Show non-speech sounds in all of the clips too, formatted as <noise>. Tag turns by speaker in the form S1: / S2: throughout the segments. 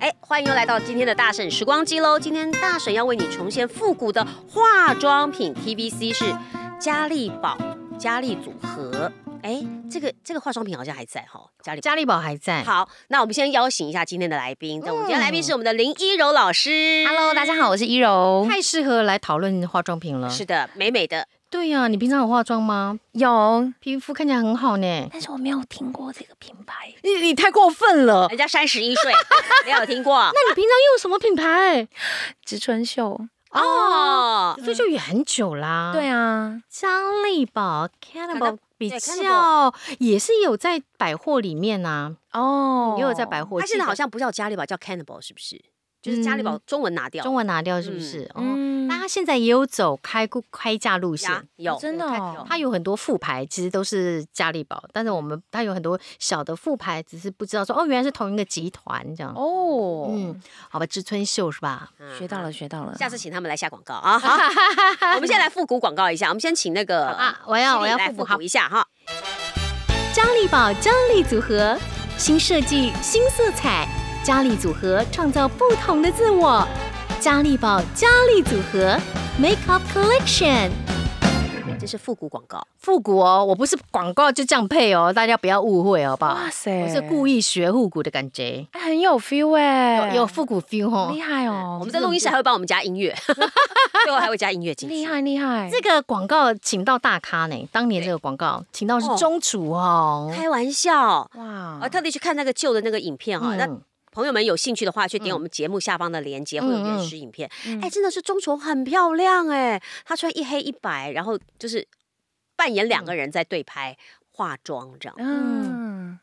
S1: 哎欢迎又来到今天的大婶时光机喽！今天大婶要为你重现复古的化妆品 TVC 是嘉利宝嘉利组合。哎，这个这个化妆品好像还在哈、嘉利。
S2: 嘉利宝还在。
S1: 好，那我们先邀请一下今天的来宾。那我们今天来宾是我们的林一柔老师。
S3: 嗯 Hello，大家好，我是一柔。
S2: 太适合来讨论化妆品了。
S1: 是的，美美的。
S2: 对呀、你平常有化妆吗？
S3: 有，
S2: 皮肤看起来很好呢。
S3: 但是我没有听过这个品牌。
S2: 你你太过分了。
S1: 人家三十一岁， <laughs> 没有听过
S2: 哎那你平常用什么品牌？
S3: 植村秀。
S1: 哦。
S2: 所以就也很久啦。
S3: 对，啊，
S2: 嘉利宝 Cannibal
S1: Cannibal，
S2: 比
S1: 对
S2: 较也是有在百货里面呐、
S3: 哦，
S2: 也有在百货。
S1: 它现在
S2: 记得
S1: 好像不叫嘉利宝，叫 Cannibal，是不是？就是嘉利宝
S2: 嗯
S1: 中文拿掉，
S2: 中文拿掉是不是？哦，
S3: 嗯，
S2: 那它现在也有走开开价路
S1: 呀
S2: 线。
S1: 有
S3: 真的
S1: 我看
S3: 哦
S1: 有
S2: 它有很多副牌，其实都是嘉利宝，但是我们它有很多小的副牌，只是不知道说哦，原来是同一个集团这样。
S3: 哦，
S2: 嗯，好吧，知村秀是吧？
S3: 学到了，学到
S2: 嗯
S3: 了。
S1: 下次请他们来下广告啊！好，
S2: <laughs>
S1: 我们先来复古广告一下，我们先请那个
S2: 啊，我要
S1: 犀利
S2: 我要
S1: 来
S2: 复
S1: 复
S2: 古好
S1: 古，一下哈。
S2: 嘉利宝嘉利组合，新设计新色彩，嘉利组合创造不同的自我，嘉利宝嘉利组合 Make Up Collection。
S1: 这是复古广告，
S2: 复古哦，我不是广告就这样配哦，大家不要误会好不好？
S3: 哇塞，
S2: 我是故
S3: 意，
S2: 意学复古的感觉，
S3: 很有 feel 哎，
S2: 有有复古 feel 哦
S3: 厉。害哦，
S1: 我们在录音室还会帮我们加音
S2: <laughs>
S1: 乐， <laughs> 最后还会加音乐进去。
S3: 厉害厉害，
S2: 这个广告请到大咖呢，当年这个广告请到是钟楚哦红，
S1: 开玩笑，
S3: 哇
S1: 哦我特地去看那个旧的那个影片哈。那
S2: 嗯
S1: 朋友们有兴趣的话，去点我们节目下方的链接，会有原始影片。
S3: 嗯
S1: 哎，真的是钟楚红很漂亮哎，她穿一黑一白，然后就是扮演两个人在对拍化妆这样，
S3: 嗯，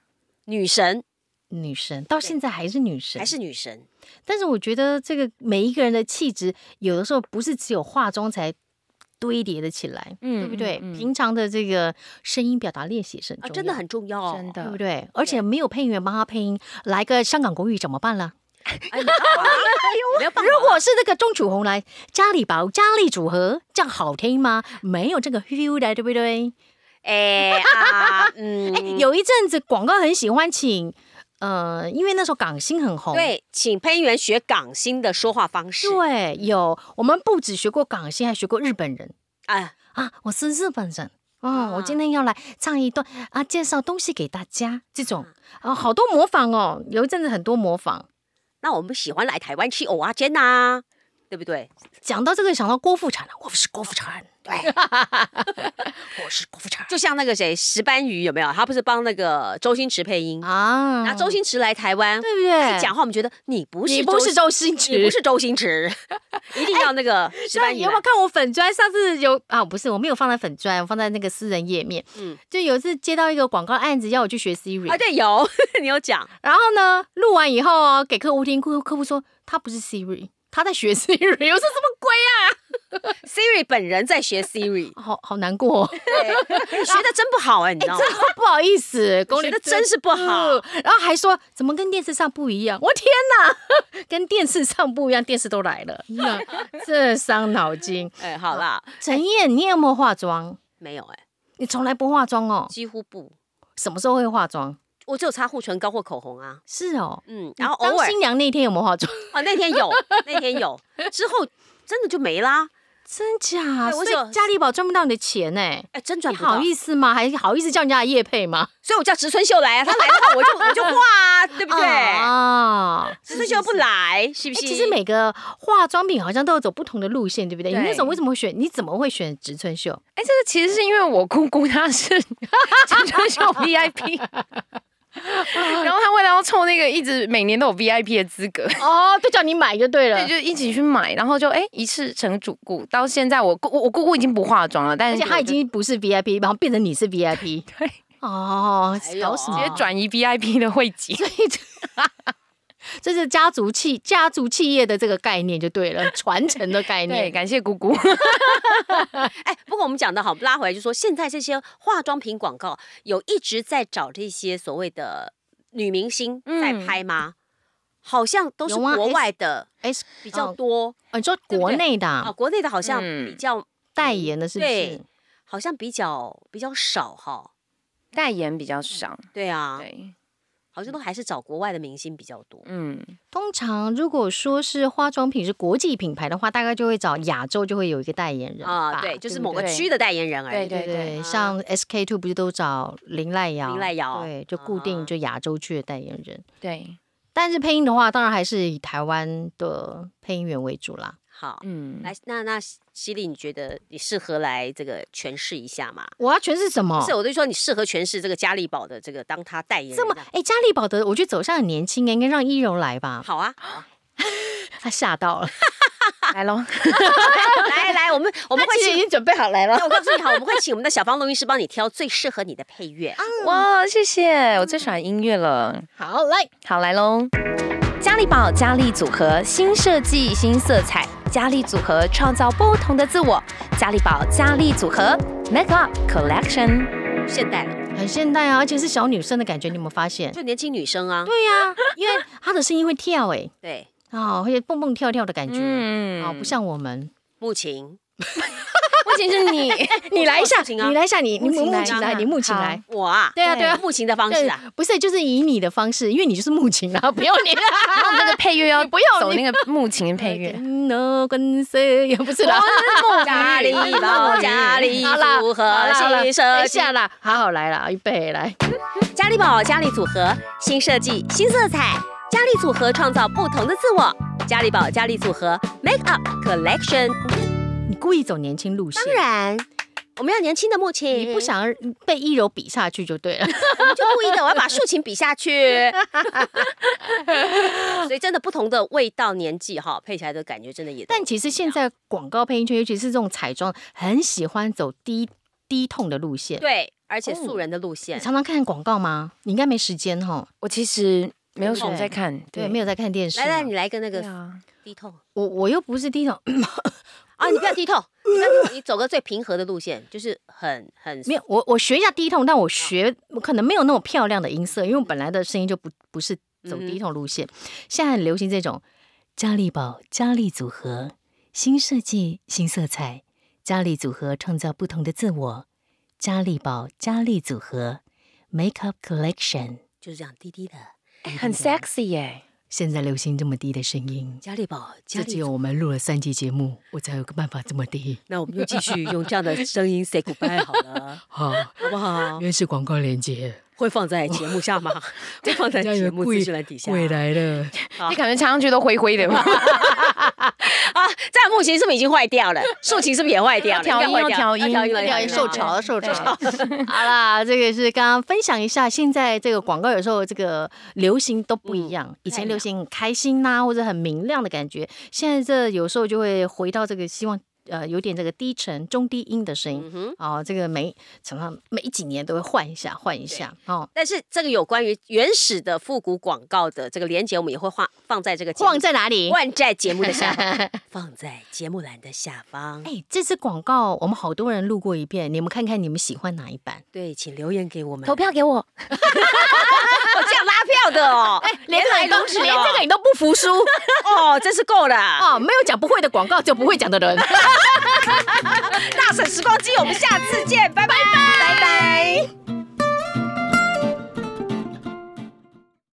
S1: 女神
S2: 女神到现在还是女神，
S1: 还是女神，
S2: 但是我觉得这个每一个人的气质，有的时候不是只有化妆才堆叠的起来，
S3: 嗯
S2: 对不对？
S3: 嗯嗯
S2: 平常的这个声音表达练习也是很
S1: 啊，
S2: 重要、
S1: 真的。很重要哦，
S3: 真
S2: 对不
S3: 的，
S2: 对？而且没有配音员帮他配音，来个香港国语怎么办呢？
S1: 哎。你好啊没有办法
S2: 如果是那个钟楚红来嘉利宝嘉利组合，这样好听吗？没有这个 feel 的，对不对？哎
S1: 哎
S2: <laughs>
S1: 啊，嗯，
S2: 有一阵子广告很喜欢请，呃，因为那时候港星很红，
S1: 对，请配音员学港星的说话方式。
S2: 对，有我们不只学过港星，还学过日本人。
S1: 啊，
S2: 啊，我是日本人。
S1: 啊
S2: 哦，我今天要来唱一段啊，介绍东西给大家。这种
S1: 嗯
S2: 啊，好多模仿哦，有一阵子很多模仿。
S1: 那我们喜欢来台湾吃蚵仔煎呐、对不对？
S2: 讲到这个，想到郭富城了，我是郭富城，
S1: <laughs>
S2: 对，我是郭富城
S1: 就像那个谁，石斑鱼有没有？他不是帮那个周星驰配音，
S2: 啊。
S1: 嗯那、周星驰来台湾。
S2: 对不对？
S1: 一讲话我们觉得你不是
S2: 你不是周星
S1: 你
S2: 驰
S1: 不，是周星驰，
S2: <laughs>
S1: 一定要那个石
S2: 那
S1: 斑
S2: 哎你
S1: 鱼
S2: 有
S1: 来。
S2: 没有看我粉砖？上次有啊，不是，我没有放在粉砖，我放在那个私人页面。
S1: 嗯
S2: 嗯，就有一次接到一个广告案子，要我去学 Siri，、
S1: 啊，对，有 <laughs> 你有讲，
S2: 然后呢，录完以后哦，给客户听，客户客户说他不是 Siri，他在学 <laughs> Siri，我说什么鬼啊？
S1: Siri 本人在学 Siri，
S2: 好好难过、哦，
S1: 对 <laughs> 学的真不好哎、你知
S2: 真
S1: 道吗？
S2: 的不好意思，功力
S1: 学的真是不好。
S2: 然后还说怎么跟电视上不一样？我天哪， <laughs> 跟电视上不一样，电视都来了，那
S1: 嗯
S2: 这伤脑筋。
S1: 哎，好啦，
S2: 陈燕，你有没有化妆？
S1: 没有哎、
S2: 你从来不化妆哦？
S1: 几乎不，
S2: 什么时候会化妆？
S1: 我只有擦护唇膏或口红啊，
S2: 是哦，
S1: 嗯，然后偶
S2: 当
S1: 尔
S2: 新娘那天有没
S1: <laughs>
S2: 有化妆？
S1: 啊，那天有，那天有，之后真的就没啦，
S2: 真假？
S1: 哎我
S2: 所
S1: 只有
S2: 以嘉利宝赚不到你的钱呢、
S1: 哎，真赚
S2: 你
S1: 不到。
S2: 好意思吗？还好意思叫人家来夜配吗？
S1: 所以我叫植村秀来啊，他来的话我就我就画啊，对不对？
S2: 啊，
S1: 植村秀不来，是不
S2: 哎、
S1: 是？
S2: 其实每个化妆品好像都有走不同的路线，对不对？
S3: 对
S2: 你那时候为什么会选？你怎么会选植村秀？
S3: 哎，这个其实是因为我姑姑她是陈春秀 VIP，然后她为了要凑那个一直每年都有 VIP 的资格，
S2: 哦，就叫你买就对了。
S3: <laughs> 对，就一起去买，然后就哎一次成主顾。到现在我姑我我姑姑已经不化妆了，但
S2: 而
S3: 是
S2: 且他
S3: 我
S2: 已
S3: 就
S2: 经不是 VIP，然后变成你是 VIP。
S3: 对
S2: 哦
S1: 哎，呦
S2: 搞什
S3: 直
S2: 么？
S3: 接转移 VIP 的会籍。
S2: 这是家族企家族企业的这个概念就对了，传承的概
S3: 对，
S2: 念。
S3: 感谢姑姑。
S2: <laughs>
S1: 哎，不过我们讲的好，拉回来就说，现在这些化妆品广告有一直在找这些所谓的女明星在
S3: 嗯
S1: 拍吗？好像都是
S2: 有啊
S1: 国
S2: ，S-
S1: 外的
S2: 哎，
S1: 比较多
S2: 哦你说国内的
S1: 啊，
S2: 啊
S1: 国内的好像
S3: 嗯
S1: 比较
S2: 代言的是不
S1: 对
S2: 是？
S1: 好像比较比较少哈。
S3: 代言比较少，
S1: 对啊，
S3: 对，
S1: 好像都还是找国外的明星比较多。
S3: 嗯，
S2: 通常如果说是化妆品是国际品牌的话，大概就会找亚洲就会有一个代言人
S1: 啊，
S2: 吧
S1: 对，就是
S2: 不
S1: 某个
S3: 对
S1: 区的代言人而
S3: 对
S1: 已。
S2: 对
S3: 对
S2: 对
S3: 对，
S2: 像 SK two 不是都找林濑嗯瑶？
S1: 林濑瑶
S2: 对，就固定就亚洲区的代言人。
S3: 对，
S2: 但是配音的话，当然还是以台湾的配音员为主啦。
S1: 好，
S3: 嗯，
S1: 来，那那犀利，你觉得你适合来这个诠释一下吗？
S2: 我要诠释什么？
S1: 不是，我就说你适合诠释这个嘉利宝的这个当他代言人
S2: 这么
S1: 样
S2: 哎，嘉利宝的，我觉得走向很年轻，欸应该让一柔来吧。
S1: 好啊！
S2: 他吓到了，
S3: 来喽，
S2: <laughs>
S1: 来来，我们我们会请，
S3: 经准备好来了
S1: 那我告诉你好，我们会请我们的小芳录音师帮你挑最适合你的配乐。
S2: 嗯
S3: 哇，谢谢，我最喜欢音乐了。
S2: <laughs> 好来，
S3: 好，来喽！嘉利宝嘉利组合新设计、新色彩，嘉利组合创造不同的自我。嘉利宝嘉利组合 Make Up Collection。
S1: 现代了，
S2: 很现代啊，而且是小女生的感觉，你有没有发现？
S1: 就年轻女生啊，
S2: 对呀、 <laughs> 因为她的声音会跳哎、
S1: 对，
S2: 哦，会蹦蹦跳跳的感觉，
S3: 嗯
S2: 哦，不像我们。
S1: 木琴，
S3: 不仅是你，
S2: 嗯你来一下，
S1: 木琴啊
S2: 你来一下，你你
S1: 木琴来
S2: 木琴来，你木琴来。
S1: <laughs> 我啊，
S2: 对啊，
S1: 对
S2: 对啊，
S1: 木琴的方式啊，
S2: 对，不是，就是以你的方式，因为你就是木琴啦，不要你啦。
S3: 然后那个配乐要
S2: 你不要
S3: 走
S2: 你
S3: 那个木琴配乐。
S2: No 嗯跟 C 也不是
S1: 哦
S2: 啦。
S1: 嘉利宝嘉利
S2: 好啦
S1: 组
S2: 好
S1: 合
S2: 啦
S1: <laughs>
S2: 好啦
S1: 新设
S2: 等一
S1: 计，
S2: 下啦，好好来啦，预备来。
S1: 嘉利宝嘉利组合新设计新色彩，嘉利组合创造不同的自我。嘉利宝嘉利组合 Make Up Collection，
S2: 你故意走年轻路线，
S1: 当然我们要年轻的木琴，
S2: 你不想被一柔比下去就对了。 <laughs>
S1: 我就故意的，我要把竖琴比下去。所以真的不同的味道、年纪哈，配起来的感觉真的也都。
S2: 但其实现在广告配音圈，尤其是这种彩妆，很喜欢走低低痛的路线。
S1: 对，而且
S3: 哦
S1: 素人的路线
S2: 你，常常看广告吗？你应该没时间哈。
S3: 我其实没有什么
S2: 对
S3: 在看，
S2: 对，没有在看电视嘛。
S1: 来来，你来个那
S3: 对
S1: 个
S3: 啊，
S1: 低痛
S2: 我我又不是低头，
S1: 啊，你不要低痛，你不要低头你走个最平和的路线，就是很很
S2: 没有我我学一下低痛，但我学我可能没有那么漂亮的音色，因为我本来的声音就不不是走低痛路线。现在很流行这种嘉利宝嘉利组合，新设计新色彩，嘉利组合创造不同的自我，嘉利宝嘉利组合 Makeup Collection。
S1: 就是这样低低的。
S3: 很 sexy 耶。
S2: 现在流行这么低的声音，
S1: 嘉利宝，嘉
S2: 这只
S1: 利
S2: 有我们录了三集节目，我才有个办法这么低。
S1: 那我们就继续用这样的声音 say goodbye 好了，
S2: 好，
S1: 好不好？
S2: 原始广告链接，
S1: 会放在节目下吗？会放在
S2: 人家以
S1: 节
S2: 为
S1: 目
S2: 故意
S1: 资讯栏底下。
S2: 未来了。
S1: 好
S3: 你感觉唱上去都灰灰的 <laughs> 嘛？
S1: 啊，这样木琴是不是已经坏掉了？竖琴是不是也坏掉了？
S3: 调音
S1: 应该坏
S3: 要
S1: 掉
S3: 调音
S1: 要调音
S3: 要
S1: 了，
S2: <laughs>
S3: 调音
S1: 了
S3: 受
S1: 了
S3: 潮
S2: 受
S3: 对
S2: 潮。 <laughs> 好啦，这个是刚刚分享一下，现在这个广告有时候这个流行都不嗯一样，以前流行很开心呐、或者很明亮的感觉，现在这有时候就会回到这个希望。呃，有点这个低沉、中低音的声音
S1: 嗯哼。
S2: 哦，这个每常常每几年都会换一下，换一下哦。
S1: 但是这个有关于原始的复古广告的这个连接，我们也会放放在这个节目
S2: 放在哪里？
S1: 放在节目的下 <laughs> 方，放在节目栏的下方。
S2: 哎，这支广告我们好多人录过一遍，你们看看你们喜欢哪一版？
S1: 对，请留言给我们
S3: 投，票给我，
S1: 我这样拉票的 <laughs> 哦，
S2: 哎连
S1: 来
S2: 这个
S1: 如
S2: 你
S1: 此
S2: 都连
S1: 哦
S2: 这个你都不服输
S1: 哦，真是够了啊。
S2: 哦，没有讲不会的广告，就不会讲的人。
S1: 大婶时光机，我们下次见，拜拜，拜拜。